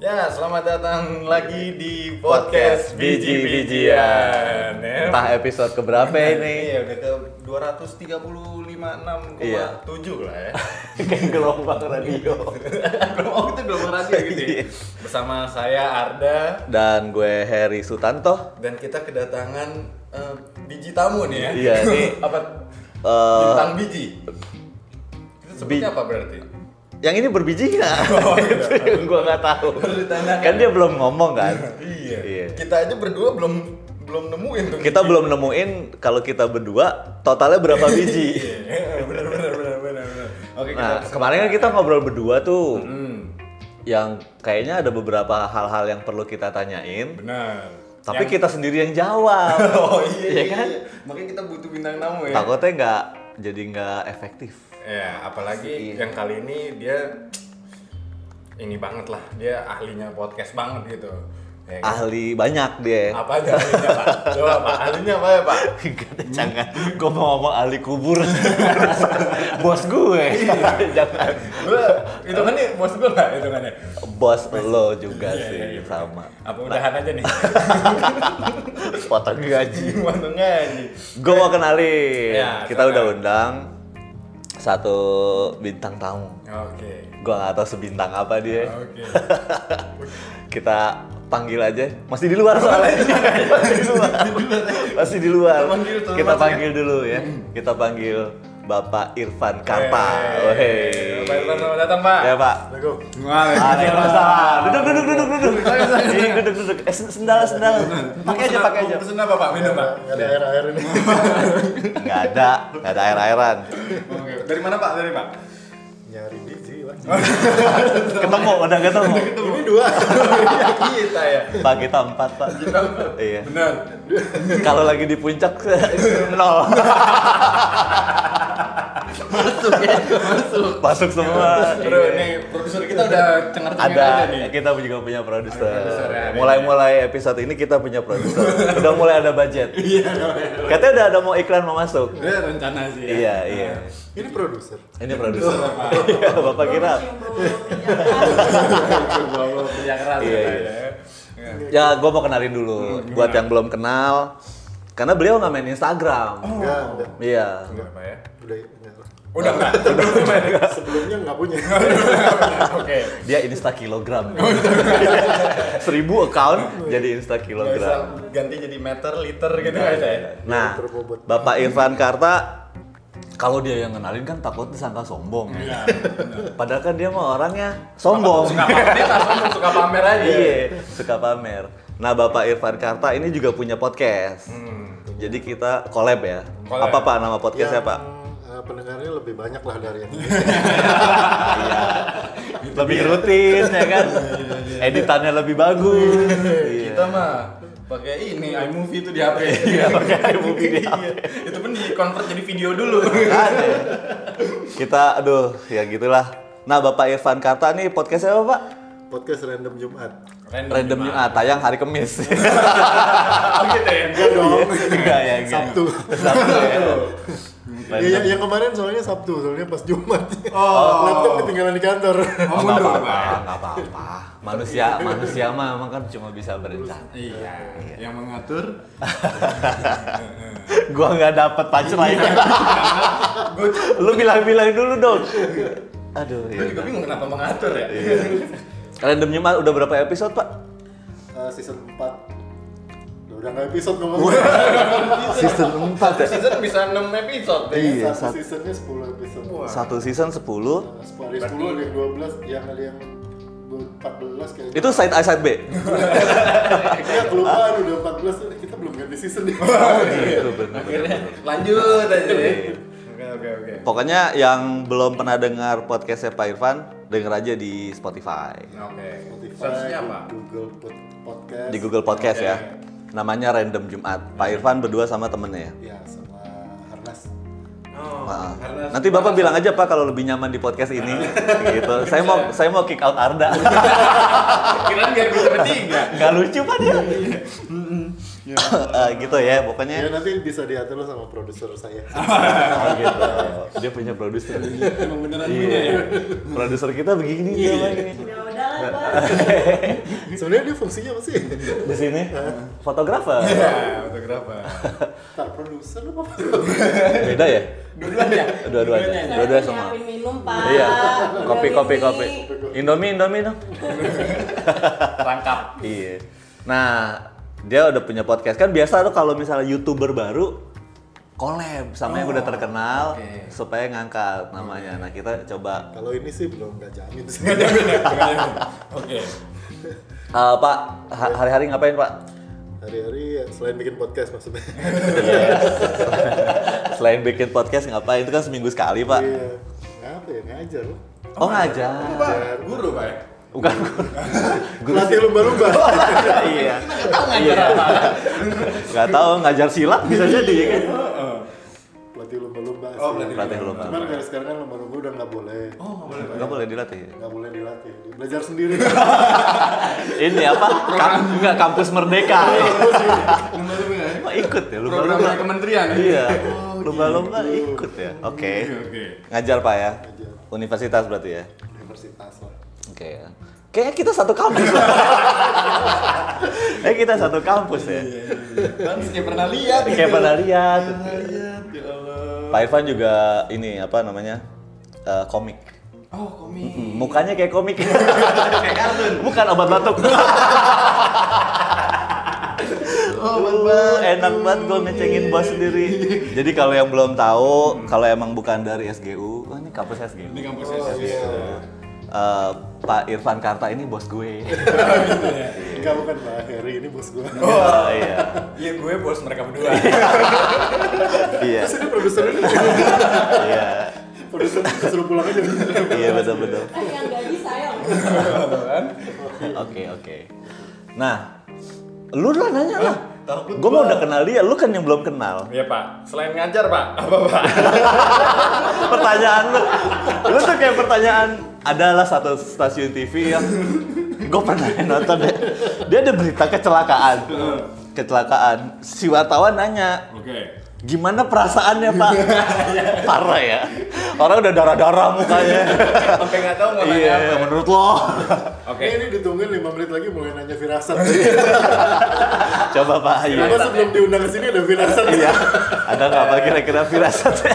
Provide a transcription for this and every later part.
Ya, selamat datang lagi di podcast biji-bijian. Ya. Entah episode keberapa ini. Iya, udah ke 235,6,7 Iya. lah ya. Kayak gelombang radio. Gelombang oh, itu gelombang radio gitu ya. Iya. Bersama saya Arda Dan gue Heri Sutanto. dan kita kedatangan eh, biji tamu nih ya. Iya, ini, apa eh, bintang biji. Itu sebutnya apa berarti? Yang ini berbiji nggak? Itu yang gue nggak tahu. Harus ditanyakan. Kan dia belum ngomong kan. Iya. Iya. Kita aja berdua belum belum nemuin tuh. Kita belum nemuin kalau kita berdua totalnya berapa biji. Iya, benar benar benar benar. benar. Oke, kita Nah, kemarin kan kita ngobrol berdua tuh Hmm, yang kayaknya ada beberapa hal-hal yang perlu kita tanyain, benar. tapi kita sendiri yang jawab. Oh iya, Iya iya, kan? iya. Makanya kita butuh bintang tamu ya. Takutnya nggak jadi nggak efektif. Ya, Iya. apalagi yang kali ini dia ini banget lah. Dia ahlinya podcast banget gitu. Ya, kan? Ahli banyak dia. Apa aja ahlinya, Pak? Coba, Pak. Ahlinya apa ya, Pak? Kata jangan, gue mau ngomong ahli kubur Bos gue Jangan Gua itu kan nih bos gue lah itu kan ya. Bos lo juga Iya, iya, sih iya. sama Apa udahan aja nih? Potong gaji Untung aja. Gue mau Iya, kenalin Ya, Kita silakan. udah undang Satu bintang tamu Oke. Gue gak tau sebintang apa dia Oke. Kita panggil aja Masih di luar soalnya Masih di luar Masih di luar Kita panggil tuh, Kita Mas, ya. panggil dulu ya Kita panggil Bapak Irfan Karpa Hei. Weh. Pak Irfan, selamat datang, Pak. Ya, Pak. Assalamualaikum. Waalaikumsalam. Duduk, duduk, duduk, duduk. Iya, duduk, duduk. Eh, sen- sendal, sendal. Pakai aja, pakai aja. Iya. Pesen apa, Pak? Minum, Pak. Nggak ada air-air ini. Enggak ada, enggak ada air-airan. Oke. Dari mana, Pak? Dari Pak? Nyari biji, Pak. Ketemu, udah ketemu. Ini dua. kita ya. Pak kita empat, Pak. Iya. Benar. Kalau lagi di puncak nol. Masuk ya, masuk. Masuk semua. Bro, Iya. nih produser kita udah cengar-cengir aja Ada, nih. kita juga punya produser. produser ya, ada. Mulai-mulai episode ini kita punya produser. Udah mulai ada budget. Iya, Katanya udah ada mau iklan mau masuk. Dia rencana sih ya. Iya, iya. Ini produser. Ini produser. Iya, Bapak kira. Bawa kerja keras Iya, ya, iya. ya. Iya. Ya, gue mau kenalin Hmm, dulu buat yang belum kenal, karena beliau nggak main Instagram. Oh. Enggak, enggak. Iya. Udah, Pak, ya? Udah, enggak lah. Udah enggak? Udah enggak? Sebelumnya enggak punya. Oke. Dia Insta kilogram. Oh, iya. Seribu account jadi Insta Nggak bisa kilogram. ganti jadi meter, liter gitu aja ya. Nah, Bapak Irfan Karta kalau dia yang kenalin kan takut disangka sombong. Iya. ya. Padahal kan dia mah orangnya sombong. Suka pamer, dia tak sombong, suka pamer aja. Iya, suka pamer. Nah, Bapak Irfan Karta ini juga punya podcast. Hmm. Jadi kita collab ya. Collab. Apa Pak nama podcastnya Pak? eh, pendengarnya lebih banyak lah dari yang ini. Iya. lebih rutin ya kan editannya lebih bagus Iya. Kita mah pakai ini iMovie itu di HP. Iya, pakai iMovie di Iya. HP. Itu pun di convert jadi video dulu. Ada. kita aduh ya gitulah nah bapak Irfan Karta nih podcastnya apa pak Podcast random Jumat. random New ah, tayang hari Kamis Oh gitu ya. Enggak dong. enggak ya enggak Sabtu. Sabtu ya. Iya, yang- yang kemarin soalnya Sabtu, soalnya pas Jumat. Oh. Laptop ketinggalan di Oh, kantor. Oh, nggak mundur, apa-apa, Pak. nggak apa-apa. Manusia, manusia mah emang kan cuma bisa berencana. Iya, yang mengatur. Gua nggak dapet punchline. Gue Lu bilang-bilang dulu dong. Aduh. gua Iya. juga bingung kenapa mengatur ya. Random Jumat udah berapa episode pak? Eh, season 4. Udah nggak episode ngomongnya. Season 4 Season bisa 6 episode deh. Iya, Satu satu- seasonnya 10 episode. Satu season 10 Nah, sepuluh- Ada 10, ada yang 12, yang ada yang 14 kayaknya. Itu side A side B Iya kelupaan udah 14 kita belum ganti season nih. Itu bener. Akhirnya lanjut aja ya. Oke, oke, oke. Pokoknya yang belum pernah dengar podcastnya Pak Irfan Denger aja di Spotify Oke. Spotify, Searchnya apa? Google Pod- Podcast. Di Google Podcast ya Namanya Random Jumat Pak Irfan berdua sama temennya ya Ya sama Harnas. Oh, Maaf. karena Nanti Bapak bilang aja Pak kalau lebih nyaman di podcast ini gitu. Saya mau saya mau kick out Arda. kira biar bisa bertiga. Iya. Gak lucu Pak dia. Ya. Eh, gitu ya Ya pokoknya nanti bisa diatur lo sama produser saya. gitu. Dia punya produser. Emang beneran punya ya. Iya. Produser kita begini dia Bang, ini. Udah udah lah Ya. gua. Sebenarnya dia fungsinya apa sih? Di sini fotografer. Iya, fotografer. Tar produser apa? Beda ya? Dua-duanya. Dua-duanya. Saya Dua-dua udah Ya sama. nyiapin minum pak. Ah, Iya. Udah Kopi kopi ini. kopi. Indomie Indomie dong. Rangkap. Iya. Nah, dia udah punya podcast kan biasa tuh kalau misalnya youtuber baru collab sama yang Oh, udah terkenal oke. supaya ngangkat namanya. Nah kita coba Kalau ini sih belum nggak jamin sih. Nggak jamin ya? nggak jamin. Oke. Eh, Pak ha- hari-hari ngapain Pak? Hari-hari ya, selain bikin podcast maksudnya. Selain bikin podcast ngapain? Itu kan seminggu sekali Pak. Iya. Ngapa ya ngajar lo? Oh ngajar. Iya, Pak, guru, Pak. ya? Bukan. Guru Latih lumba-lumba. iya. Nggak tahu ngajar apa. Iya. Gak tahu ngajar silat bisa jadi ya kan. Heeh. Pelatih lumba-lumba sih. Oh, pelatih Pelatih lumba. Cuman kayak sekarang kan lumba-lumba udah nggak boleh. Oh, nggak boleh, Pak. Gak boleh dilatih. Nggak boleh dilatih. Dia Belajar sendiri. Ini apa? Kamp- enggak kampus merdeka. Lumba-lumba ya? Kok ikut ya Program lumba-lumba? dari kementerian ya? Iya. Oh, Lumba-lumba ikut ya. Oke. Oke, oke. Ngajar Pak ya. Ngajar. Universitas berarti ya. Universitas lah. Oke. ya. Kayaknya kita satu kampus. Kayaknya kita satu kampus ya. Kan kayak pernah lihat. Kayak pernah lihat. Pernah lihat, ya Allah. Pak Irfan juga ini apa namanya? eh, komik. Oh, komik. Mukanya kayak komik. Kayak kartun. Bukan obat batuk. Uh, enak banget gue ngecengin bos sendiri. Jadi kalau yang belum tahu, kalau emang bukan dari SGU, wah oh, ini kampus SGU. Ini kampus Oh, SGU. iya. Eh, Pak Irfan Karta ini bos gue. Enggak bukan Pak Heri ini bos gua. Oh, iya. Iya, gue bos mereka berdua. Iya. Terus ini produser ini. Iya. produser suruh pulang aja. Iya betul-betul. Eh yang gaji saya loh. kan? Oke, oke. Nah, lu lah nanya lah. takut Gue mau udah kenal dia, lu kan yang belum kenal. Iya, Pak. Selain ngajar, Pak. Apa, Pak? Pertanyaan lu, lu tuh kayak pertanyaan adalah satu stasiun TV yang gue pernah nonton deh. Dia ada berita kecelakaan. Kecelakaan. Si wartawan nanya, Oke. gimana perasaannya pak? Parah ya. Orang udah darah-darah mukanya. Sampai nggak tahu nggak nanya apa. Iya, menurut lo. Oke. Eh, Ini ditungguin 5 menit lagi mulai nanya firasat. Coba Pak Ayu. Kenapa sebelum diundang ke sini ada firasat? Iya. Ada nggak Pak kira-kira firasatnya?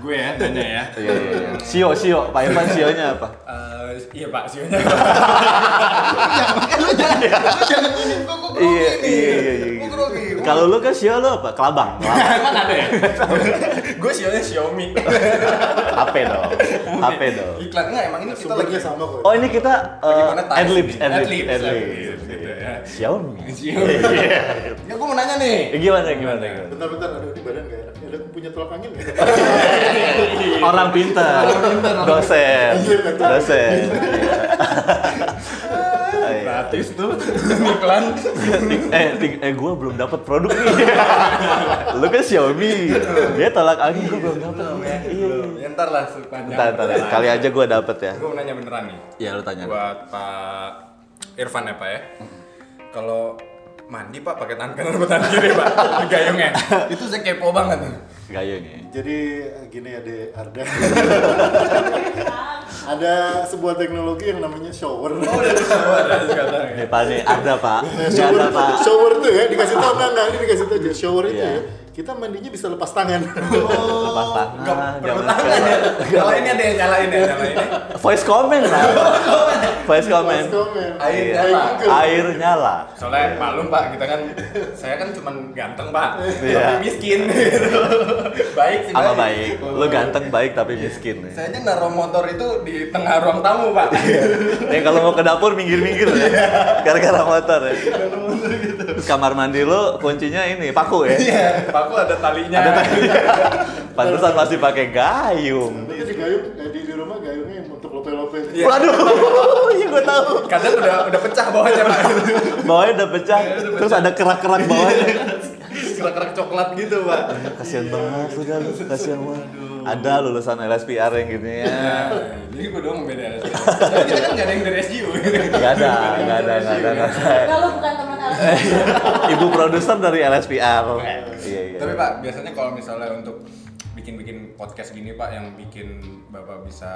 Gue ya nanya ya. Iya, iya, iya. Sio, Sio. Pak Irfan sionya apa? Eh, iya Pak, sionya. Iya, iya, iya. iya. Kalau lu kan Sio lu apa? Kelabang. Kelabang. Emang ada ya? gue sionya Xiaomi. HP dong. HP dong. Iklan nggak emang ini kita lagi Sumbernya sama kok. ya. Oh ini kita uh, Gimana ties adlibs, nih? adlibs, Adlibs, adlibs, adlibs. gitu ya. Xiaomi. Xiaomi. Ya gue mau nanya nih. Eh, Gimana, gimana, gimana? Bentar-bentar, aduh di badan gak enak. Ada punya tolak angin nggak? Orang pintar, dosen, dosen. Iya. Gratis tuh iklan. eh, ting- eh gue belum dapat produk nih. Lu kan Xiaomi. Dia tolak angin gue belum dapat. Iya. Ya, Ntar lah sepanjang. Entar, entar. Kali aja gue dapat ya. Gue mau nanya beneran nih. Iya lu tanya. Buat Pak Irfan ya Pak ya. Kalau mandi Pak pakai tangan kanan atau tangan kiri Pak? Di Gayungnya. Itu saya kepo banget. Gayo nih. Jadi gini ya De Arda. ada sebuah teknologi yang namanya shower. Nih Pak nih, ada Pak. Ini shower, ada Iya, Pak. shower tuh ya dikasih tau nggak nggak ini dikasih tau aja shower itu Iya. ya kita mandinya bisa lepas tangan Lepas Gak tangan, Oh, perlu jangan tangan ya. Nyalain ya deh, nyalain ya, nyalain ya. Voice comment lah. Voice comment. Lepas komen gitu. Air Iya. nyala. Air nyala. Soalnya maklum Pak, kita kan saya kan cuman ganteng Pak, Iya. tapi miskin gitu. baik sih Apa baik? Lu ganteng baik tapi miskin. ya. Saya aja naruh motor itu di tengah ruang tamu Pak. Iya. Yang Ya, kalau mau ke dapur minggir-minggir ya. Gara-gara motor ya. Terus kamar mandi lu kuncinya ini paku ya. Iya, Paku ada talinya. Pantesan masih pakai gayung. Tapi di gayung eh, di, di rumah gayungnya yang untuk lope-lope Iya. Waduh, iya gue tahu. Kadang udah udah pecah bawahnya Pak. Bawahnya Iya, udah pecah, Iya. terus ada kerak-kerak bawahnya. Kerak-kerak coklat gitu Pak. Kasian banget sudah lu, kasian banget. Ada lulusan LSPR yang gini ya. Nah, jadi gue doang beda. Tapi kita kan gak ada yang dari SGU. Gak ada, gak ada, gak ada, gak ada. Kalau bukan teman alat Eh. Ibu produser dari LSPR. Iya, iya. Tapi Pak, biasanya kalau misalnya untuk bikin-bikin podcast gini Pak yang bikin Bapak bisa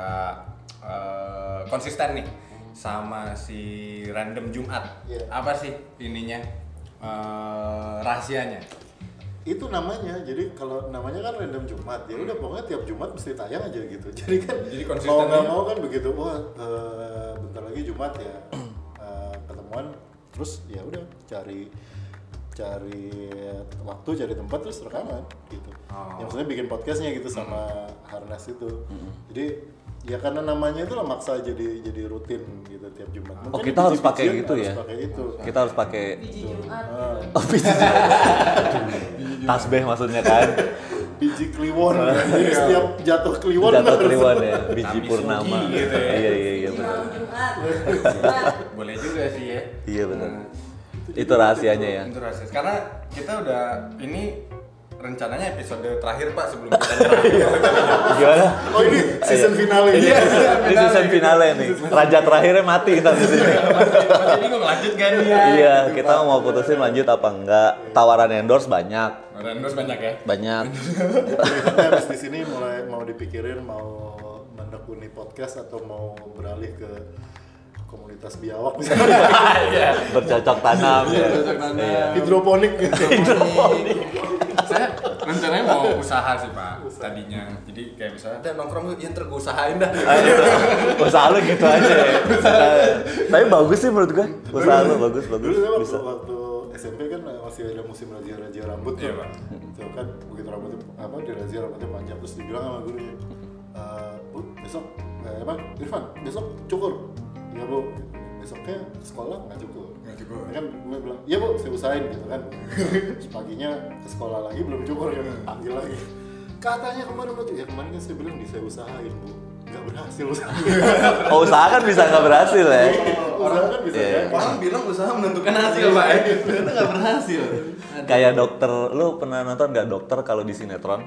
eh, konsisten nih sama si random Jumat. Iya. Apa sih ininya? eh, rahasianya. itu namanya jadi kalau namanya kan random Jumat ya udah pokoknya tiap Jumat mesti tayang aja gitu jadi kan Hmm. Jadi konsisten mau nggak ya. mau kan begitu wah eh, bentar lagi Jumat ya eh, ketemuan terus ya udah cari cari waktu cari tempat terus rekaman gitu Oh. Hmm. ya maksudnya bikin podcastnya gitu sama Harnas itu jadi ya karena namanya itu lah maksa jadi jadi rutin gitu tiap Jumat Oh, Mungkin kita harus biji-bijian pakai gitu harus ya? pakai itu Kita harus pakai biji Jumat Ah. gitu. Oh, biji. tasbih maksudnya kan. biji kliwon Jadi setiap jatuh kliwon Jatuh harus- kliwon ya, biji Tapi purnama. sugi gitu ya. Iya, iya, iya Biji benar. malam Jumat. Jumat. Boleh juga sih ya. Iya benar. Itu rahasianya ya. Itu rahasia. Karena kita udah ini rencananya episode terakhir Pak sebelum kita nyerah. Gimana? Oh ini Iya. season finale ini. Ini season finale nih. Raja terakhirnya mati kita di sini. Masih bingung lanjut kan? gak nih? Iya, kita mau putusin lanjut apa enggak. Tawaran endorse banyak, Rendus banyak ya. banyak. Kita harus di sini mulai mau dipikirin mau menekuni podcast atau mau beralih ke komunitas biawak misalnya Iya. Bercocok tanam ya. Iya. hidroponik gitu. hidroponik. Saya rencananya mau usaha sih pak tadinya. Jadi kayak misalnya, teh nongkrong yuk, ya ntar gue usahain dah. Ayo, usaha lu gitu aja ya. Nah, Tapi bagus sih menurut gue. Usaha lu bagus, bagus. Dulu saya waktu, Bisa. waktu SMP kan masih ada musim razia-razia rambut tuh. Iya, Pak. Itu kan begitu rambutnya apa di razia rambutnya panjang terus dibilang sama gurunya. "Eh, Bu, besok eh, apa? Irfan, besok cukur. Iya, Bu. Besoknya sekolah nggak cukur. Nggak cukur. Ya kan gue bilang, "Iya, Bu, saya usahain" gitu kan. Terus paginya ke sekolah lagi belum cukur ya, panggil lagi. Katanya kemarin mau cukur. Ya kemarin kan saya bilang, "Di saya usahain, Bu." Nggak berhasil usahain. Oh, usaha kan bisa nggak berhasil ya. Orang kan bisa Iya. gagal. Orang bilang usaha menentukan hasil pak, Eh, ternyata nggak berhasil. Kayak dokter, lu pernah nonton nggak dokter kalau di sinetron?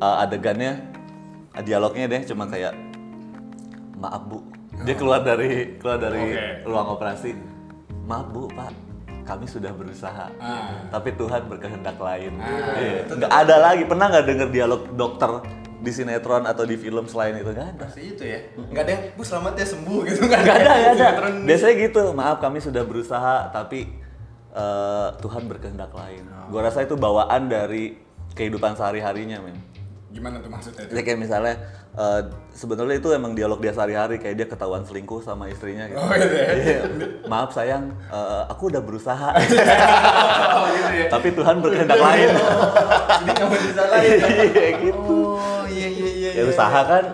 Eh, adegannya, eh, dialognya deh cuma kayak maaf bu. Dia keluar dari keluar dari Oke. ruang operasi. Maaf bu, pak. Kami sudah berusaha, Ah. tapi Tuhan berkehendak lain. Ah, Iya. itu Nggak ada lagi. Pernah nggak denger dialog dokter di sinetron atau di film selain itu? Nggak ada. Pasti itu ya. Nggak ada yang, bu selamat ya sembuh gitu nggak Gak ada, gak ada. Sinetron. Biasanya gitu. Maaf kami sudah berusaha tapi eh, Tuhan berkehendak lain. Oh. Gua rasa itu bawaan dari kehidupan sehari-harinya, men. Gimana tuh maksudnya itu? Jadi kayak misalnya eh, sebetulnya itu emang dialog dia sehari-hari kayak dia ketahuan selingkuh sama istrinya gitu. Oh gitu ya. Iya. Maaf sayang, eh, aku udah berusaha Oh gitu ya. tapi Tuhan berkehendak lain. Jadi nggak mau disalahin. Iya gitu. Oh iya iya iya. iya. Ya usaha kan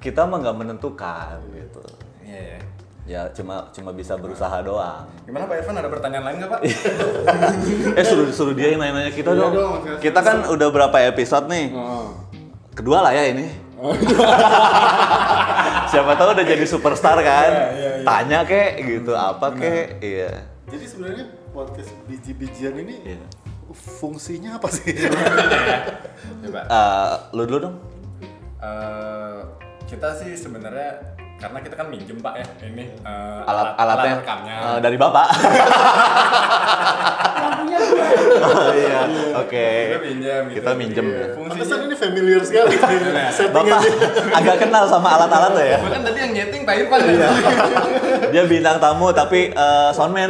kita mah nggak menentukan gitu. Iya iya. Ya cuma cuma bisa berusaha doang. Gimana Pak Irfan ada pertanyaan lain nggak Pak? Iya. eh suruh suruh dia yang nanya-nanya kita Iya dong. dong, Mas. Kita kan udah berapa episode nih? Oh. Kedua lah ya ini. Siapa tahu udah jadi superstar kan? iya, iya. Tanya kek gitu apa kek? Iya. Jadi sebenarnya podcast biji-bijian ini Iya. fungsinya apa sih? Coba. Eh, lu dulu dong. eh kita sih sebenarnya karena kita kan minjem pak ya ini eh, Alat alatnya alat rekamnya. Eh, dari bapak. Yang punya gua. Oh, iya. Oke. kita minjem gitu. Kita minjem. ya. Iya, Fungsinya Pantesan ini familiar sekali Iya. settingnya Bapak dia. agak kenal sama alat-alatnya ya. bahkan kan tadi yang nyeting Pak Irfan ya. Iya. Dia bintang tamu tapi eh, soundman,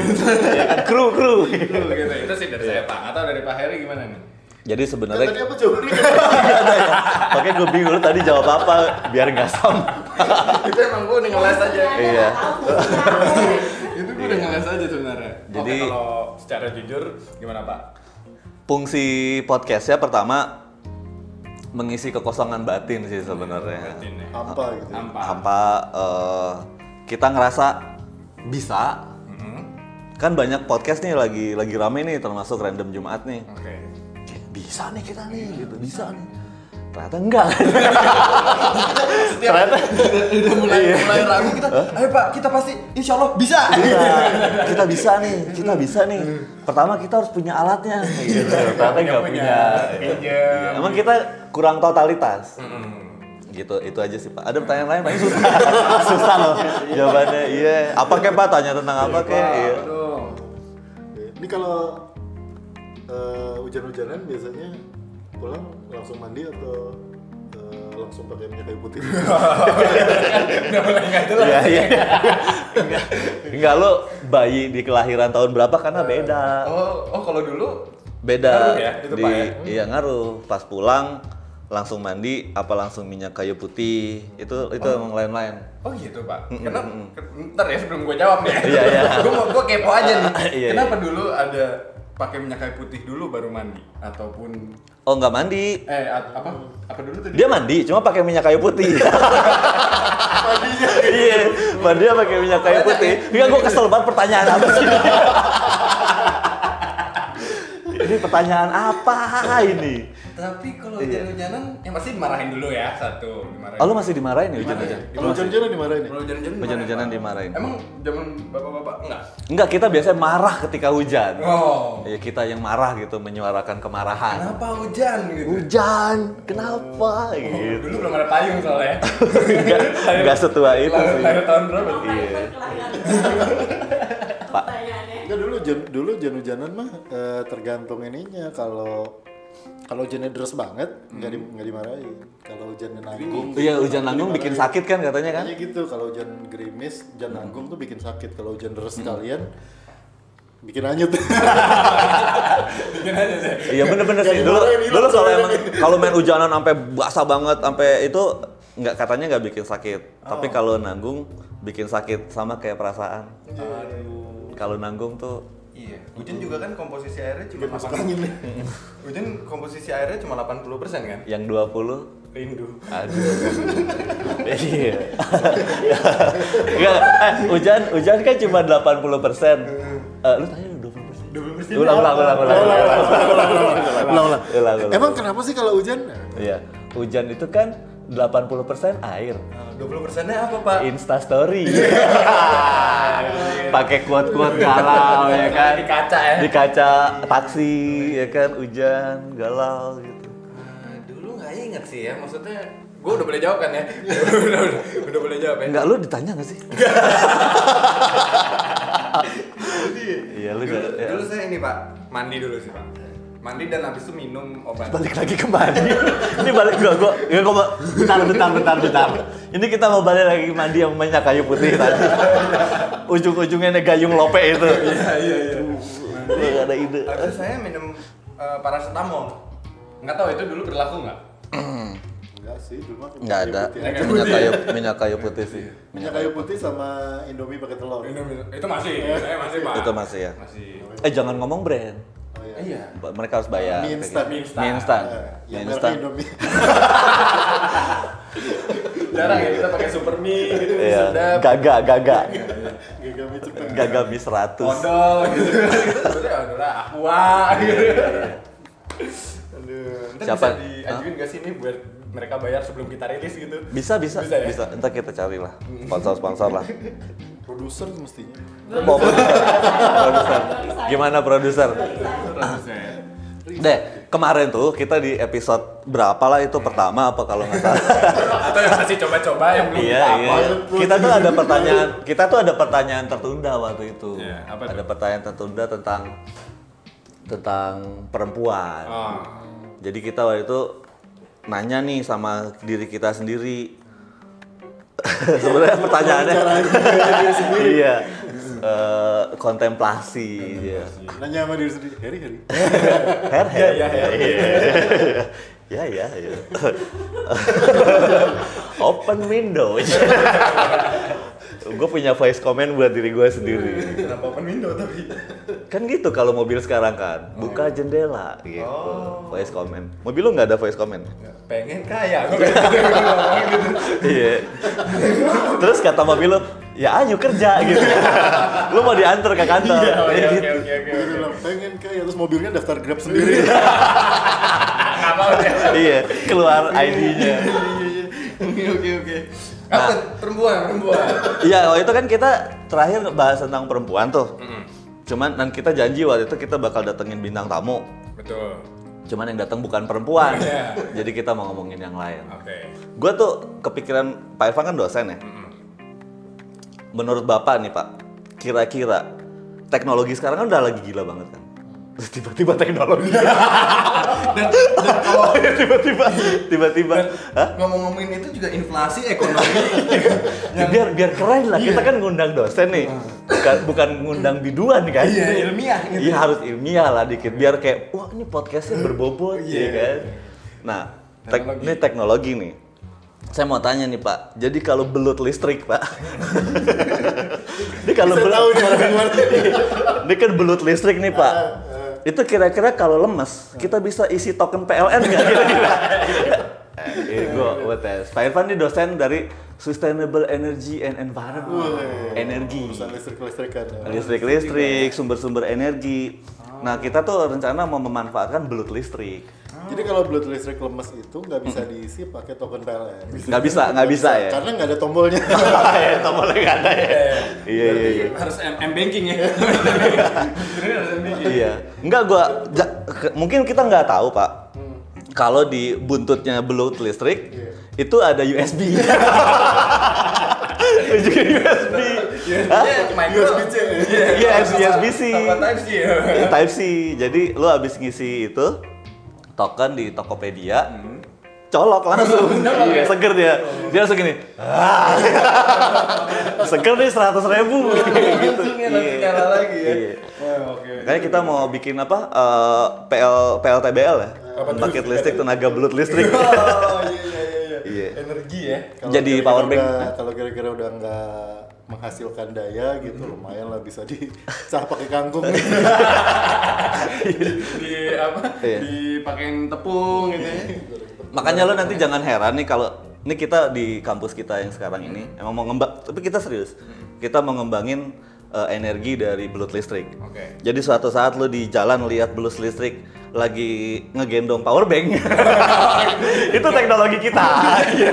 ya kan? kru kru. Gitu, gitu. Itu sih dari saya Pak. Atau dari Pak Heri gimana nih? Jadi Kan sebenarnya tadi apa coba ini Makanya gue bingung lu tadi jawab apa biar nggak sama. itu emang gue udah ngeles aja. Ternyata Iya. nggak tahu fungsinya apa. itu gue udah ngeles aja sebenarnya. Jadi Jadi- kalau secara jujur gimana Pak? Fungsi podcastnya pertama mengisi kekosongan batin sih sebenarnya. Berarti nih. apa gitu. Hampa. Hampa eh, kita ngerasa bisa. Mhm. Kan banyak podcast nih lagi lagi rame nih termasuk random Jumat nih. Oke. Kayak, Bisa nih kita nih gitu, bisa nih. Ternyata enggak. Setiap Ternyata- Iya. udah mulai mulai ragu kita, ayo Pak kita pasti Insya Allah bisa. Bisa. kita bisa nih, kita bisa nih. Pertama kita harus punya alatnya. Gitu. Ternyata nggak punya. Iya, Pinjem. Emang kita kurang totalitas. gitu itu aja sih pak ada pertanyaan lain paling susah Iya, susah loh jawabannya iya apa kek pak tanya tentang apa kek iya. Aduh. Ini kalau eh, hujan-hujanan biasanya pulang langsung mandi atau eh, langsung pakai minyak kayu putih? Udah mulai nggak jelas. Iya, iya. Enggak, enggak lo bayi di kelahiran tahun berapa karena beda. Oh, oh kalau dulu Beda Ngaruh ya, itu, di Pak, ya? iya ngaruh. Pas pulang langsung mandi apa langsung minyak kayu putih. Itu itu yang lain-lain. Oh gitu pak, kenapa? ken- Ntar ya sebelum gue jawab nih. Iya, iya. gue mau gue kepo aja nih. Iya, kenapa dulu ada pakai minyak kayu putih dulu baru mandi ataupun Oh, nggak mandi. eh a- apa apa dulu tadi? Dia mandi cuma pakai minyak kayu putih. Mandinya Iya, mandinya pakai minyak kayu putih. Enggak gua kesel banget pertanyaan apa sih? ini? ini pertanyaan apa ini? Tapi kalau Iya. hujan-hujanan yang pasti dimarahin dulu ya satu dimarahin. Oh, lu masih dimarahin ya hujan-hujan? Dimarahin. Kalau hujan-hujanan dimarahin ya? Kalau hujan-hujanan Hujan-hujanan dimarahin, dimarahin. Pak. Emang zaman bapak-bapak enggak? Enggak, kita biasanya marah ketika hujan. Oh. Ya kita yang marah gitu menyuarakan kemarahan. Kenapa hujan gitu? Hujan, kenapa Oh, gitu. Dulu belum ada payung soalnya. Enggak, enggak setua itu Lahir- sih. lahir tahun berapa? Apa Iya. itu kelahiran? Pak. Pertanyaannya. Enggak dulu hujan dulu hujan-hujanan mah eh, tergantung ininya kalau kalau hujannya deras banget nggak di, nggak dimarahin. Kalau hujannya nanggung Hmm. Iya, hujan nanggung nanggung bikin sakit kan katanya kan? Hmm. Kayaknya gitu kalau hujan gerimis, hujan nanggung tuh bikin sakit. Kalau hujan deras sekalian bikin hanyut. Bikin aja sih. Iya bener-bener sih. Jadi Dulu, marahin hilang dulu kalau soalnya emang kalau main hujanan sampai basah banget sampai itu nggak katanya nggak bikin sakit. Tapi kalau nanggung bikin sakit sama kayak perasaan. Aduh. Kalau nanggung tuh Iya, hujan juga kan komposisi airnya cuma Bikin masuk 80. angin nih. Hujan komposisi airnya cuma 80% kan? yang 20 Rindu. Aduh. Iya. Nggak, eh, hujan hujan kan cuma 80 persen. Eh, lu tanya dulu 20 persen. 20%. Ulang ulang ulang ulang. ulang, ulang, Ulang, ulang. ulang, ulang. Emang kenapa sih kalau hujan? Nah, Iya. Hujan itu kan 80 persen air. Nah, 20%-nya apa, Pak? Insta story. Pakai kuat-kuat galau ya kan. Di kaca ya. Di kaca taksi ya kan hujan galau gitu. Ah, Dulu nggak inget sih ya, maksudnya gue udah boleh jawab kan ya? udah, udah, udah boleh jawab ya? Enggak lu ditanya gak sih? Iya lu dulu, udah ya. dulu saya ini, Pak. Mandi dulu sih, Pak. Mandi dan habis itu minum obat. balik lagi ke mandi. Ini balik gua gua ya gua mau- bentar bentar bentar bentar. Ini kita mau balik lagi ke mandi yang minyak kayu putih tadi. Ujung-ujungnya ada gayung lope itu. Iya, iya, iya. Gua nggak ada ide. Habis itu saya minum eh, paracetamol. Nggak tahu itu dulu berlaku nggak? Enggak sih, dulu mah Enggak ada. putih aja. Minyak kayu minyak kayu putih sih. Minyak kayu putih sama Indomie pakai telur. Minum, minum. Itu masih, saya masih, Pak. Itu masih ya. Iya. Masih. Eh jangan ngomong brand. Oh iya. Iya. Ba- Mereka harus bayar. Mie instan. Mie Mie instan. Iya, instan. Mie instan. Eh, Mie Yang instan. merah Indomie. Jarang ya kita pakai super mie Iya. gitu, Iya. sedap. Gaga, gaga. Gagal mie cepet. Gaga mie 100. odol gitu sebenarnya odol lah aqua gitu aduh ntar Iya, Siapa? bisa diajuin gak sih ini buat mereka bayar sebelum kita rilis gitu Bisa, bisa, Bisa ya? Hmm. bisa. Entar kita cari lah. Sponsor-sponsor lah. Produser mestinya. Mau produser. Produser. Gimana produser? Deh, kemarin tuh kita di episode berapa lah itu pertama apa kalau nggak salah? atau yang masih coba-coba yang belum iya, apa iya. Kita tuh ada pertanyaan, kita tuh ada pertanyaan tertunda waktu itu. Iya, apa tuh? ada pertanyaan tertunda tentang tentang perempuan. Oh. Jadi kita waktu itu nanya nih sama diri kita sendiri. Sebenarnya pertanyaannya iya. Eh, kontemplasi iya. Nanya sama diri sendiri, Heri Heri. Her her. Iya, iya, Ya ya ya. Open window. gue punya voice comment buat diri gue sendiri. kenapa open window tapi Kan gitu kalau mobil sekarang kan, buka jendela gitu. Oh. Voice comment. Mobil lu nggak ada voice comment? pengen kaya Gua gitu, ngomong gitu. Iya. Terus kata mobil lu, ya ayo kerja gitu. lu mau diantar ke kantor. Iya, oke, Iya, Iya. oke gitu. oke oke Dia oke bilang pengen kayak terus mobilnya daftar Grab sendiri. Ah, nggak Iya, mau deh Iya, keluar ID-nya. oke oke oke apa perempuan perempuan Iya, waktu itu kan kita terakhir bahas tentang perempuan tuh. Cuman dan kita janji waktu itu kita bakal datengin bintang tamu. betul Cuman yang datang bukan perempuan. Iya. Jadi kita mau ngomongin yang lain. oke Gua tuh kepikiran Pak Irfan kan dosen ya. Menurut Bapak nih, Pak, kira-kira teknologi sekarang kan udah lagi gila banget kan. Terus tiba-tiba teknologi. dan, dan kalau Oh, iya, tiba-tiba tiba-tiba. dan Hah? ngomong-ngomongin itu juga inflasi ekonomi yang biar biar keren lah. Kita kan ngundang dosen nih. Bukan bukan ngundang biduan kan. iya ilmiah gitu. Iya harus ilmiah lah dikit biar kayak wah ini podcastnya berbobot Iya. ya kan. Nah, tek- Teknologi. ini teknologi nih. Saya mau tanya nih Pak, jadi kalau belut listrik Pak, ini kalau Saya belut, tahu nih orang gimana. ini kan belut listrik nih Pak, itu kira-kira kalau lemes kita bisa isi token PLN nggak kira-kira? Eh, gue gue tes. Pak Irfan ini dosen dari Sustainable Energy and Environment, energi Urusan listrik-listrikan. listrik listrik sumber-sumber energi nah kita tuh rencana mau memanfaatkan belut listrik Jadi kalau belut listrik lemes itu nggak bisa diisi pakai token PLN. Hmm. nggak bisa nggak bisa ya Karena nggak ada tombolnya. ya tombolnya nggak ada ya iya iya iya harus M, M banking ya Bener, harus M banking. iya nggak gua ja- ke- mungkin kita nggak tahu pak kalau di buntutnya belut listrik itu ada USB ujungnya USB Hah? Iya, micro. USB-C. Iya, USB-C. Tambah Type-C ya. Ya, type C. Jadi lu abis ngisi itu token di Tokopedia, Hmm. colok langsung. Iya, Seger dia. Dia langsung gini. "Ah." Seger nih 100 ribu. gitu. Untungnya nanti Iya. kalah lagi ya. Iya. Wah, oke. Makanya kita mau bikin apa? eh, PL PLTBL ya. Paket listrik tenaga belut listrik. Oh, iya iya iya, Iya. iya. Energi ya. Kalau Jadi kira-kira power bank. udah- Kalau kira-kira udah nggak menghasilkan daya gitu lumayan lah bisa dicah pakai kangkung Di apa? Iya. Dipakein tepung gitu ya. Makanya lo nanti jangan heran nih kalau ini kita di kampus kita yang sekarang ini Hmm. emang mau ngembang, tapi kita serius. Kita mau ngembangin eh, energi dari belut listrik. Oke. Jadi suatu saat lo di jalan lihat belut listrik lagi ngegendong power bank. Itu teknologi kita. Iya.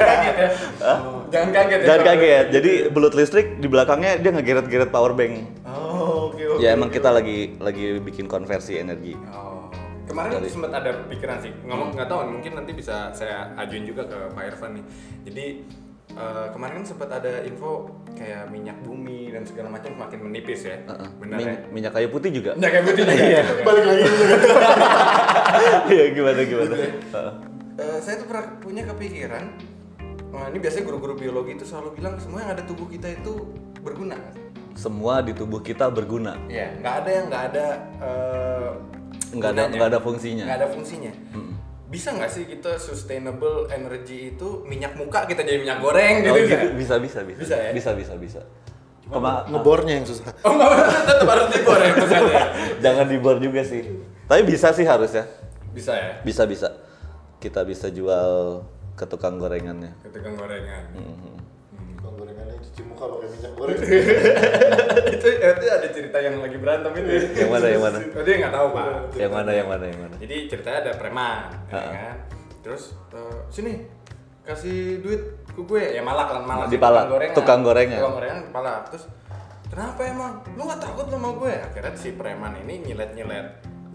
Jangan kaget ya. Jangan kaget. Jadi belut listrik di belakangnya dia ngegeret-geret power bank. Oh, oke oke. Ya emang kita lagi lagi bikin konversi energi. Oh. Hmm. Kemarin Dari- sempat ada pikiran sih, ngomong nggak tahu mungkin nanti bisa saya ajuin juga ke Pak Irfan nih. Jadi eh, kemarin kan sempat ada info kayak minyak bumi dan segala macam makin menipis ya. Heeh. Benar Min- ya? Minyak kayu putih juga. Minyak kayu putih juga. Iya. balik lagi Iya gimana gimana. Heeh. Eh, saya tuh pernah punya kepikiran Wah ini biasanya guru-guru biologi itu selalu bilang semua yang ada tubuh kita itu berguna Semua di tubuh kita berguna. Iya, nggak ada yang nggak ada eh, Nggak ada- gunanya. nggak ada fungsinya. nggak ada fungsinya bisa nggak sih kita sustainable energy itu minyak muka kita jadi minyak goreng gitu Oh, bisa gitu. bisa bisa bisa Bisa ya? bisa bisa bisa. Kema- ngebornya yang susah oh nggak tetap harus digoreng misalnya jangan dibor juga sih. Tapi bisa sih harusnya. bisa ya Bisa bisa. Kita bisa jual ke tukang gorengannya. ke tukang gorengan Kalau gorengannya cuci muka pakai minyak goreng itu itu ada cerita yang lagi berantem itu Yang mana, yang mana? tadi nggak tahu pak Yang mana yang mana yang mana. Jadi ceritanya ada preman, ya kan? Terus eh, sini kasih duit ke gue ya malak kan malak Di palak, tukang gorengan. tukang gorengan di palak terus kenapa emang lu nggak takut lu sama gue akhirnya si preman ini nyilet nyilet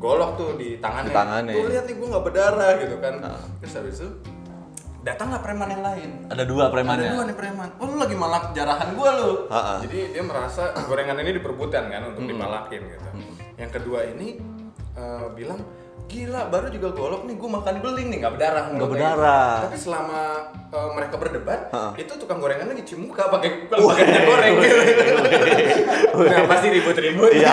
golok tuh di tangannya Di tangannya. tuh lihat nih gue nggak berdarah gitu kan terus habis itu datanglah preman yang lain Ada dua ada dua premannya. nih preman. Oh lu lagi malak jarahan gua lu. Ha-ha. Jadi dia merasa gorengan ini diperbutkan kan untuk dipalakin gitu. Yang kedua ini eh, bilang gila baru juga golok nih gua makan beling nih nggak berdarah Nggak mulutnya." berdarah. Tapi selama eh, mereka berdebat Ha-ha. itu tukang gorengannya nyuci muka pakai pakai minyak goreng. Nah pasti ribut-ribut. Iya.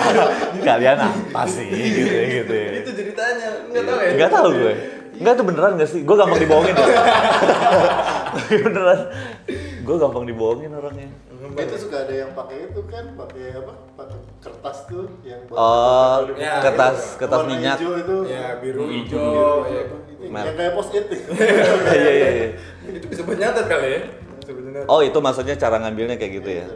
Kalian apa sih gitu gitu. ya. Itu ceritanya nggak tahu ya. Iya. Nggak tahu gue. Nggak itu beneran nggak sih? Gue gampang dibohongin. ya. beneran. Gue gampang dibohongin orangnya. itu suka ada yang pakai itu kan pakai apa pakai kertas tuh yang buat Oh, buat- Ya, kertas itu. kertas Warna minyak. hijau itu Ya biru Biru, hijau ya. itu. Merah. yang kayak post it Iya iya iya. Itu bisa buat nyatet kali ya. Bisa buat nyatet. Oh itu maksudnya cara ngambilnya kayak gitu ya?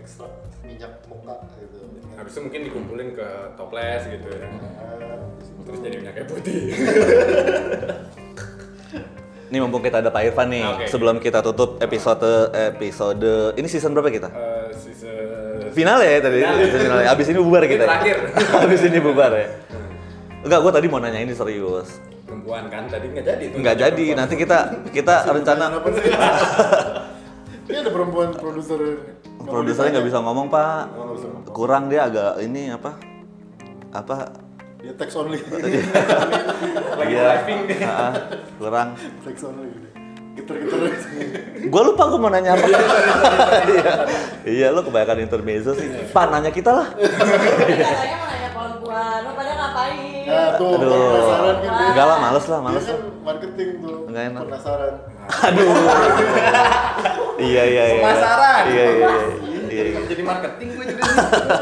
ekstrak minyak muka gitu Habis itu mungkin dikumpulin ke toples gitu ya. Terus jadi minyak kayu putih. Ini mumpung kita ada Pak Irfan nih, Oke. sebelum kita tutup episode episode ini season berapa kita? Eh, sisa- Final ya tadi, Final. season final ya. Abis ini bubar kita. ya? Terakhir. Abis ini bubar ya. Enggak, gue tadi mau nanya ini serius. perempuan kan tadi nggak jadi tuh. Enggak jadi, nanti kita kita rencana Kenapa sih? Ini ada perempuan produser. nggak mau Produsernya nggak ditanya. bisa ngomong pak, Oh, nggak bisa ngomong. kurang dia agak ini apa apa Dia text only. Oh, Lagi Iya. driving deh. ah, kurang. text only. Geter-geter. Gua lupa gua mau nanya apa. Iya. iya, lu kebanyakan intermezzo sih. Pak nanya kita lah. Tapi katanya mau nanya perempuan, lo pada ngapain? Ya, Nah, tuh, Aduh. penasaran kan dia. Enggak lah, males lah, males Dia lah. kan marketing tuh. Nggak enak. Penasaran. Aduh. iya iya iya. Pemasaran. Iya iya iya. Jadi- Jadi marketing gue jadi.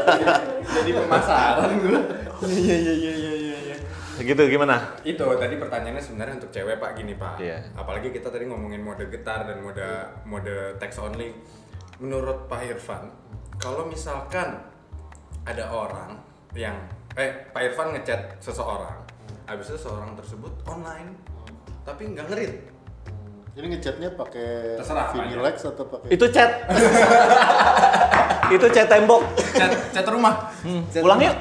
Jadi pemasaran gue. Iya iya iya iya iya. Gitu gimana? Itu tadi pertanyaannya sebenarnya untuk cewek Pak gini Pak. Iya. Apalagi kita tadi ngomongin mode getar dan mode mode text only. Menurut Pak Irfan, kalau misalkan ada orang yang eh Pak Irfan ngechat seseorang, habis itu seseorang tersebut online tapi nggak ngerit. Jadi ngechatnya pakai Terserah, Pak. Vinilex atau pakai Itu chat. Itu chat tembok. Chat, chat rumah. Chat Hmm, Pulang yuk.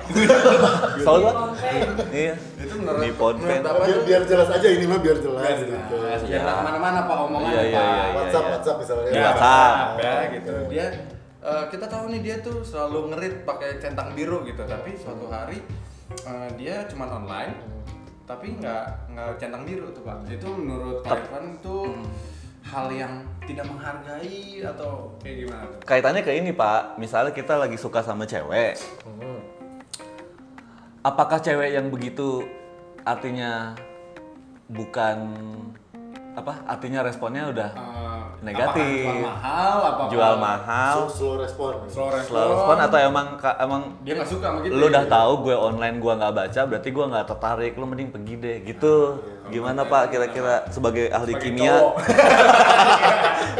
Soalnya Di konten. Iya. Itu menurut Di Pondpen. menurut Bapak biar, itu- biar jelas aja ini mah biar jelas, Biar gitu. jelas, Nah, biar nggak kemana-mana Pak omongannya Iya, iya, Pak. iya, iya. WhatsApp, WhatsApp misalnya. ya, WhatsApp. ya gitu dia eh, kita tahu nih dia tuh selalu ngerit pakai centang biru gitu tapi suatu hari eh, dia cuman online tapi nggak nggak centang biru tuh pak itu menurut Pak Irfan itu Hmm. hal yang tidak menghargai atau kayak gimana tuh kaitannya ke ini pak misalnya kita lagi suka sama cewek Mm-hmm. apakah cewek yang begitu artinya bukan apa artinya responnya udah Eh, Negatif. apakah jual mahal apa jual mahal Slow, slow respon. slow slow respon, respon atau emang ka- emang dia nggak suka sama gitu lu udah ya? tahu gue online gue nggak baca berarti gue nggak tertarik lu mending pergi deh gitu gimana pak kira-kira sebagai ahli Sebagai kimia cowok.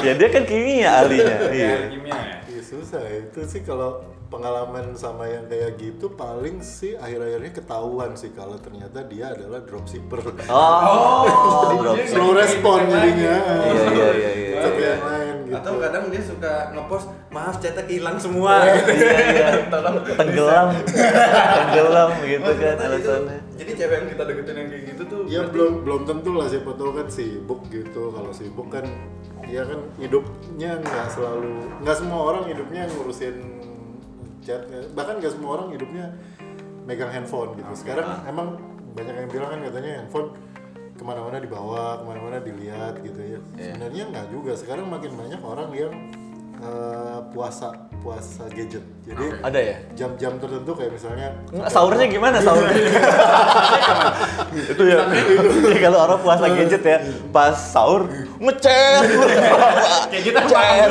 ya dia kan kimia ahlinya iya Ahli kimia ya Iya susah ya. itu sih kalau pengalaman sama yang kayak gitu paling sih akhir-akhirnya ketahuan sih kalau ternyata dia adalah dropshipper. oh, Jadi drop dia slow nggak respon ngikutin jadinya. lagi. Iya, iya, iya, iya. Tapi yang lain gitu. Atau kadang dia suka ngepost, maaf cetak hilang semua Iya, gitu. Tolong. tenggelam tenggelam Oh, gitu kan Maksudnya itu, alasannya Iya. Jadi cewek yang kita deketin yang kayak gitu tuh Ya berarti- belum belum tentu lah siapa tahu kan sibuk gitu. Kalau sibuk kan ya kan hidupnya nggak selalu nggak semua orang hidupnya ngurusin chat bahkan nggak semua orang hidupnya megang handphone gitu. Sekarang emang banyak yang bilang kan katanya handphone kemana-mana dibawa, kemana-mana dilihat gitu ya. Sebenarnya nggak juga. Sekarang makin banyak orang yang eh, puasa puasa gadget. Jadi ada ya jam-jam tertentu kayak misalnya Nggak, sahurnya gimana sahurnya? itu ya. ya kalau orang puasa gadget ya, pas sahur ngecer, kayak kita ngecer,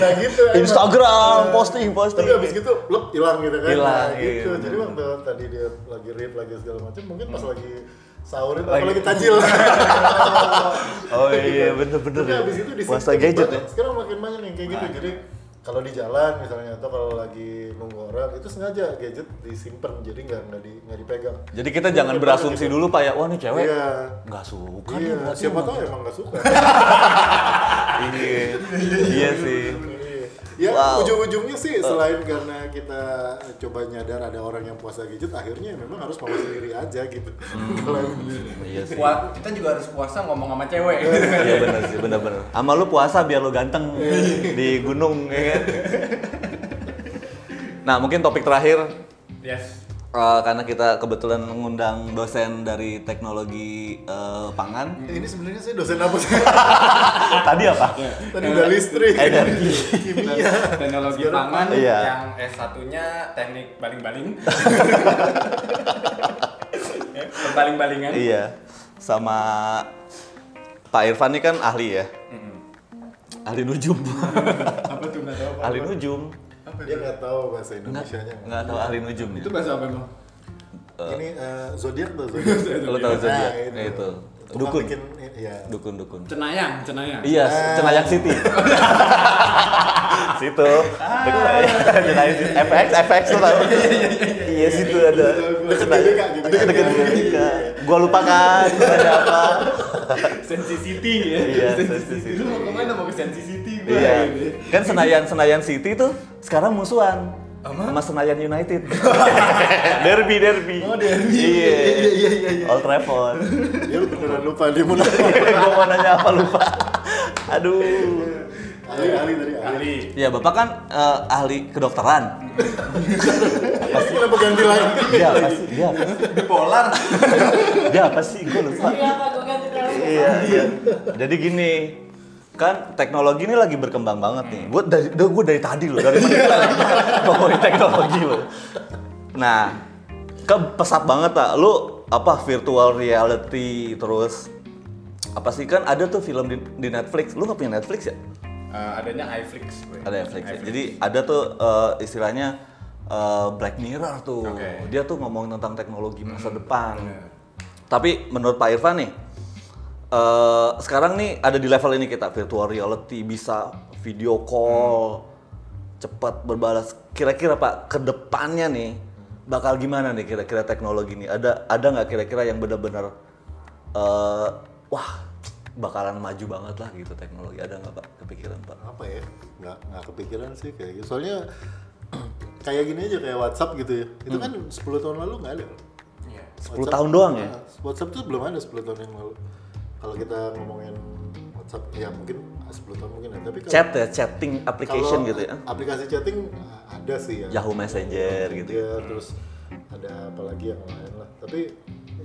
nah gitu emang. Iya. Instagram, posting, posting. tapi abis gitu blok hilang gitu kan Hilang, Nah, gitu iya, jadi bener. Hmm. waktu tadi dia lagi rip lagi segala macam mungkin pas lagi sahur itu Lagi- apa lagi tajil Gitu. Oh iya bener-bener tapi ya. abis itu di Puasa gadget ya. Nah. sekarang makin banyak yang kayak gitu jadi kalau di jalan misalnya atau kalau lagi nunggu orang itu sengaja gadget disimpan jadi nggak nggak di nggak dipegang Jadi kita jangan berasumsi dulu pak ya, wah ini cewek Iya. nggak suka nih Iya, berarti siapa sama tahu emang nggak suka. Iya, iya sih. Ya Wow. Oh. ujung-ujungnya sih selain karena kita coba nyadar ada orang yang puasa gadget, akhirnya memang harus mau sendiri aja gitu. Kalau Iya sih. Pua- kita juga harus puasa ngomong sama cewek. Iya bener sih, bener-bener. Sama lu puasa biar lu ganteng Iya. di gunung ya kan. Nah mungkin topik terakhir yes. Eh, karena kita kebetulan mengundang dosen dari teknologi eh, pangan. ini sebenarnya saya dosen apa sih? Tadi apa? Tadi udah listrik, Energi. kimia. Teknologi pangan Iya. yang S1-nya teknik baling-baling. Ya, Baling-balingan. iya. Sama Pak Irfan ini kan ahli ya. Ahli nujum. Apa tuh nggak tahu apa? ahli nujum. Dia nggak tahu bahasa Nggak Indonesianya. nggak tahu ahli nujum ya. Itu bahasa apa emang? Ini eh, zodiak tuh zodiak. Lu tahu Nah, zodiak? Ya, itu. Dukun. Tukang bikin, iya. Dukun dukun. Cenayang, cenayang. Iya, Cenayang City. situ. Cenayang City. FX, FX tuh tau. Iya, situ ada. GBK, Cenayang. GBK. Deket iya. GBK. Gua lupakan ada apa. Sensi City ya. Iya, Sensi Sensi City. City. Lu mau kemana mau ke Sensi City gua Iya. gitu. Kan Senayan Senayan City tuh sekarang musuhan. Sama? Sama Senayan United. derby, derby. Oh, derby. Iya. Iya, iya, iya, iya. Old Trafford. Dia beneran lupa dia mau nanya. Gua mau nanya apa lupa. Aduh. ahli ahli tadi ahli Ahli. Ya bapak kan eh, ahli kedokteran. Iya, pasti kenapa ganti lagi Dia apa sih? Dia apa sih? Bipolar. Dia apa sih? Gue lupa. Iya, apa gue ganti terus. Iya. iya. Jadi gini, kan teknologi ini lagi berkembang banget nih. Gue dari gue dari tadi loh, dari menit tadi ngomongin teknologi loh. Nah, ke pesat banget tak? Lu apa virtual reality terus apa sih kan ada tuh film di, di Netflix. Lu nggak punya Netflix ya? Eh, adanya iFlix. gue. Ada Netflix. ya? Jadi ada tuh eh, istilahnya eh, Black Mirror tuh. Oke. Dia tuh ngomongin tentang teknologi masa depan. Bener. Tapi menurut Pak Irfan nih, eh, sekarang nih ada di level ini kita virtual reality bisa video call, cepat berbalas. Kira-kira Pak, kedepannya nih bakal gimana nih kira-kira teknologi ini? Ada ada nggak kira-kira yang benar-benar eh, wah bakalan maju banget lah gitu teknologi? Ada nggak Pak kepikiran Pak? apa ya nggak nggak kepikiran sih kayak gitu soalnya kayak gini aja kayak WhatsApp gitu ya itu Hmm. kan 10 tahun lalu nggak ada loh. Iya. 10 tahun doang ya? Nah, WhatsApp tuh belum ada 10 tahun yang lalu kalau kita ngomongin WhatsApp ya mungkin 10 tahun mungkin ya tapi kalau- Chat ya, chatting application kalau gitu ya? aplikasi chatting ada sih ya Yahoo Messenger gitu. Iya, terus ada apa lagi yang lain lah tapi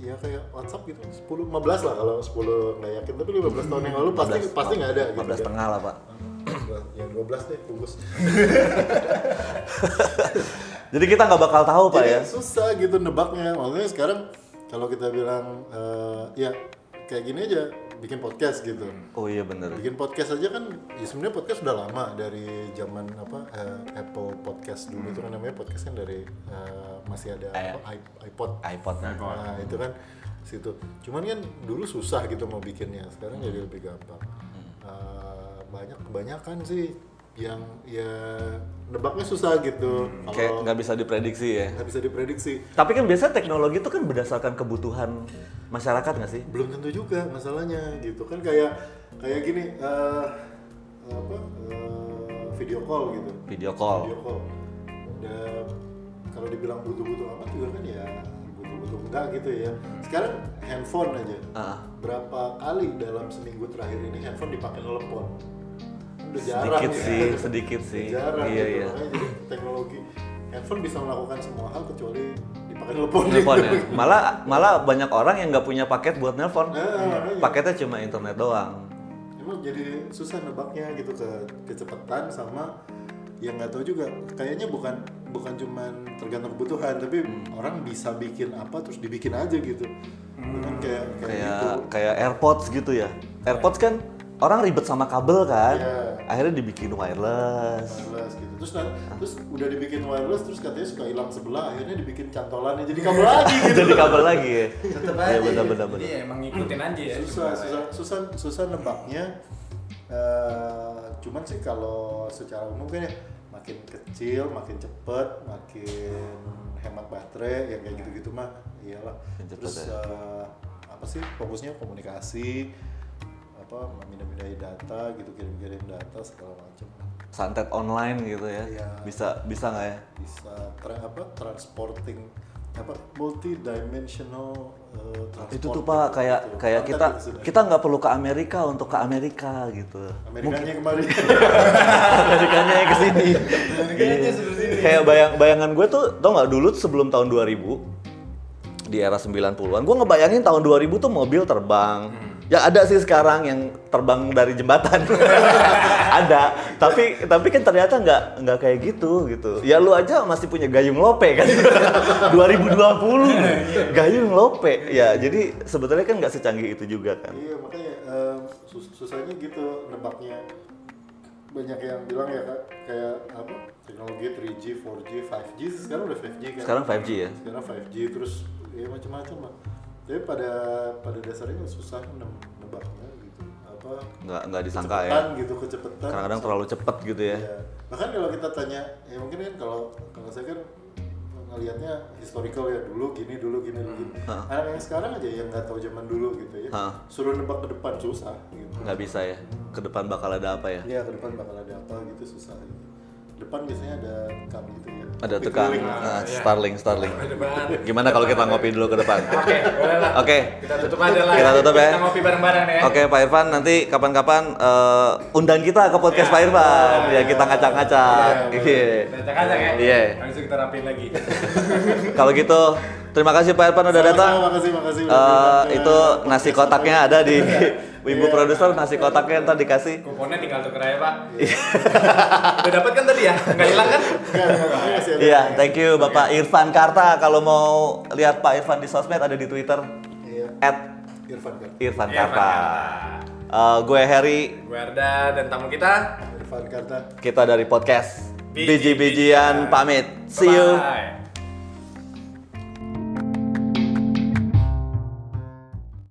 ya kayak WhatsApp gitu 10 15 lah kalau 10 nggak yakin tapi 15 tahun yang lalu pasti pasti nggak ada gitu 15 kan. tengah lah Pak. ya 12 deh bungkus Jadi kita nggak bakal tahu Pak Jadi ya? susah gitu nebaknya makanya sekarang kalau kita bilang eh, ya kayak gini aja bikin podcast gitu Oh iya bener. bikin podcast aja kan ya sebenarnya podcast udah lama dari zaman apa eh, Apple podcast Hmm. dulu itu kan namanya podcast kan dari eh, masih ada Eh. apa, iP- iPod iPod nah. nah itu kan situ cuman kan dulu susah gitu mau bikinnya sekarang Hmm. jadi lebih gampang Eh, banyak kebanyakan sih yang ya nebaknya susah gitu Hmm. kayak kalau nggak bisa diprediksi ya. nggak bisa diprediksi Tapi kan biasanya teknologi itu kan berdasarkan kebutuhan masyarakat nggak sih? belum tentu juga masalahnya gitu kan kayak kayak gini eh, apa eh, video call gitu Video video call. call udah kalau dibilang butuh-butuh amat juga kan ya butuh-butuh enggak gitu ya sekarang handphone aja Ah. berapa kali dalam seminggu terakhir ini handphone dipakai telepon udah jarang Sedikit ya. sih, sedikit sih. jarang Iya gitu. iya. Makanya jadi teknologi handphone bisa melakukan semua hal kecuali dipakai telepon Telepon gitu. ya. Malah malah banyak orang yang nggak punya paket buat nelpon. Nah, makanya. Paketnya cuma internet doang. emang jadi susah nebaknya gitu ke kecepatan sama yang nggak tahu juga kayaknya bukan bukan cuman tergantung kebutuhan tapi orang bisa bikin apa terus dibikin aja gitu Itu kan kayak kayak, gitu Kayak kayak AirPods gitu ya. AirPods kan orang ribet sama kabel kan. Iya. Akhirnya dibikin wireless. wireless gitu terus nah, terus udah dibikin wireless terus katanya suka hilang sebelah akhirnya dibikin cantolannya jadi kabel lagi gitu Jadi kabel lagi ya. Tetep Iya aja. benar benar benar. Jadi emang ngikutin aja ya. susah sebenarnya. susah susah susah nebaknya Eh, cuman sih kalau secara umum kan ya makin kecil makin cepet makin hemat baterai yang kayak gitu gitu mah iyalah Makin cepet ya? terus eh, apa sih fokusnya komunikasi apa memindah-mindahin data gitu kirim-kirim data segala macam Santet online gitu ya. Iya. Bisa bisa nggak ya? bisa tra- apa transporting apa multidimensional eh, transport itu tuh pak kayak gitu. kayak Konten kita gitu sudah. kita nggak perlu ke Amerika untuk ke Amerika gitu Amerikanya kemarin Amerikanya yang kesini Amerikanya sudah sini. kayak bayang bayangan gue tuh tau nggak dulu sebelum tahun 2000 di era 90-an gue ngebayangin tahun 2000 tuh mobil terbang ya ada sih sekarang yang terbang dari jembatan ada tapi tapi kan ternyata nggak nggak kayak gitu gitu ya lu aja masih punya gayung lope kan 2020 gayung lope ya jadi sebetulnya kan nggak secanggih itu juga kan Iya makanya em, sus- susahnya gitu nebaknya banyak yang bilang ya Kak, kayak apa teknologi 3G, 4G, 5G sih sekarang udah 5G kan? Sekarang 5G ya? Sekarang 5G terus ya macam-macam lah. Tapi pada pada dasarnya susah nem- nebaknya gitu apa nggak nggak disangka ya kecepetan gitu kecepetan. kadang-kadang terlalu cepet gitu ya Iya. Bahkan kalau kita tanya, ya mungkin kan kalau kalau saya kan ngelihatnya historical ya dulu gini dulu gini dulu gini. Hmm. Anak yang sekarang aja yang nggak tahu zaman dulu gitu ya. Hah. Suruh nebak ke depan susah gitu. Iya, nggak bisa ya ke depan bakal ada apa ya Ya ke depan bakal ada apa gitu susah gitu. depan biasanya ada kam gitu ya Ada tekan. Nah, Iya. Starling, Starling. Ada banget. Gimana kalau kita ngopi dulu ke depan? Oke, boleh lah. Oke. Kita tutup aja lah. Kita tutup ya. Kita ngopi bareng-bareng nih ya. Oke Pak Irfan, nanti kapan-kapan eh, undang kita ke podcast Ya. Pak Irfan. Ya kita ngacak-ngacak. Iya. Kita acak-acak ya. Iya. Habis itu kita rapiin lagi. Kalau gitu, terima kasih Pak Irfan udah datang. Sama-sama, Oh, makasih makasih Iya, udah Eh, diundang ke itu nasi podcast kotaknya Otak. ada di ibu produser nasi kotaknya ntar dikasih. Kuponnya tinggal tuker aja, Pak. Iya. Udah dapat kan tadi ya? Enggak hilang kan? Enggak, enggak, tapi masih ada. Iya, thank you Bapak Irfan Karta. Kalau mau lihat Pak Irfan di sosmed ada di Twitter Iya, at Irfan kan Irfan Iya, Karta. Pak. Eh, gue Harry, Gue Arda dan tamu kita. Irfan Karta kita dari podcast Biji-bijian. Biji-bijian pamit. See you. Bye.